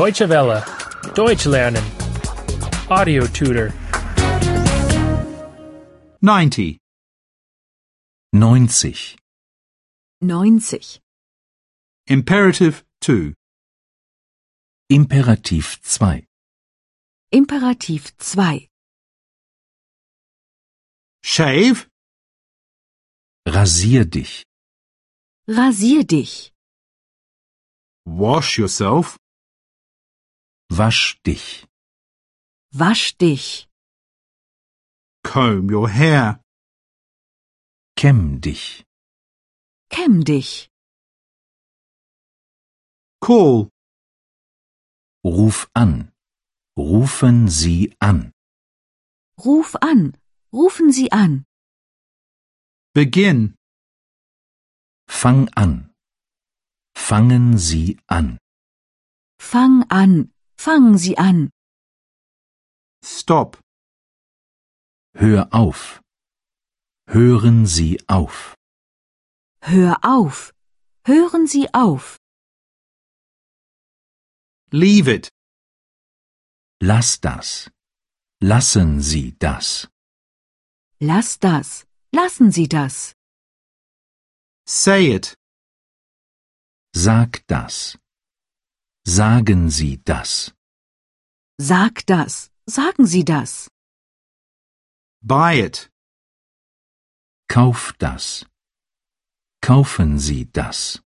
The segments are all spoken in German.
Deutsche Welle. Deutsch lernen. Audio tutor. 90. 90. 90. Imperative 2. Imperativ 2. Imperativ 2. Shave, Rasier dich. Rasier dich. wash yourself, Wasch dich. Wasch dich. comb your hair, Kämm dich. Kämm dich. call, Ruf an. Rufen Sie an. Ruf an. Rufen Sie an. begin, Fang an. Fangen Sie an. Fang an. Fangen Sie an. stop, Hör auf. Hören Sie auf. Hör auf. Hören Sie auf. leave it, Lass das. Lassen Sie das. Lass das. Lassen Sie das. say it, Sag das. Sagen Sie das. Sag das. Sagen Sie das. buy it, Kauf das. Kaufen Sie das.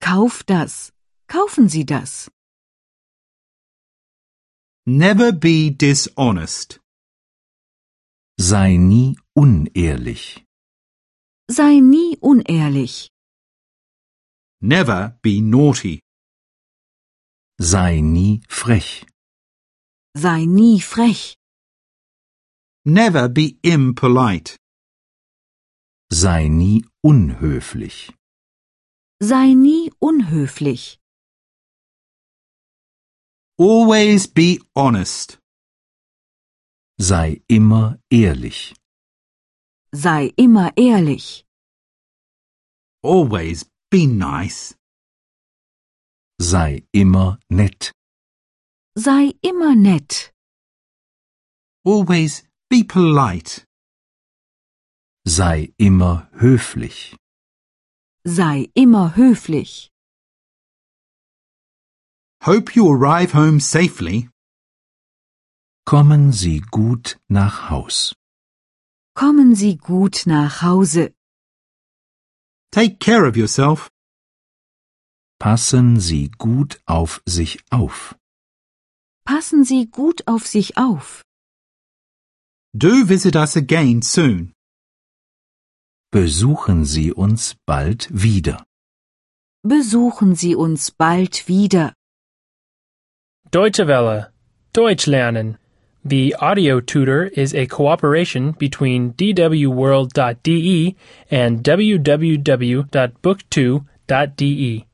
Kauf das. Kaufen Sie das. never be dishonest, Sei nie unehrlich. Sei nie unehrlich. never be naughty, Sei nie frech. Sei nie frech. never be impolite, Sei nie unhöflich. Sei nie unhöflich. always be honest, Sei immer ehrlich. Sei immer ehrlich. always be nice, Sei immer nett. Sei immer nett. always be polite, Sei immer höflich. Sei immer höflich. hope you arrive home safely, Kommen Sie gut nach Haus. Kommen Sie gut nach Hause. take care of yourself, Passen Sie gut auf sich auf. Passen Sie gut auf sich auf. do visit us again soon. Besuchen Sie uns bald wieder. Besuchen Sie uns bald wieder. Deutsche Welle. Deutsch lernen. The audio tutor is a cooperation between E dwworld.de and www.book2.de.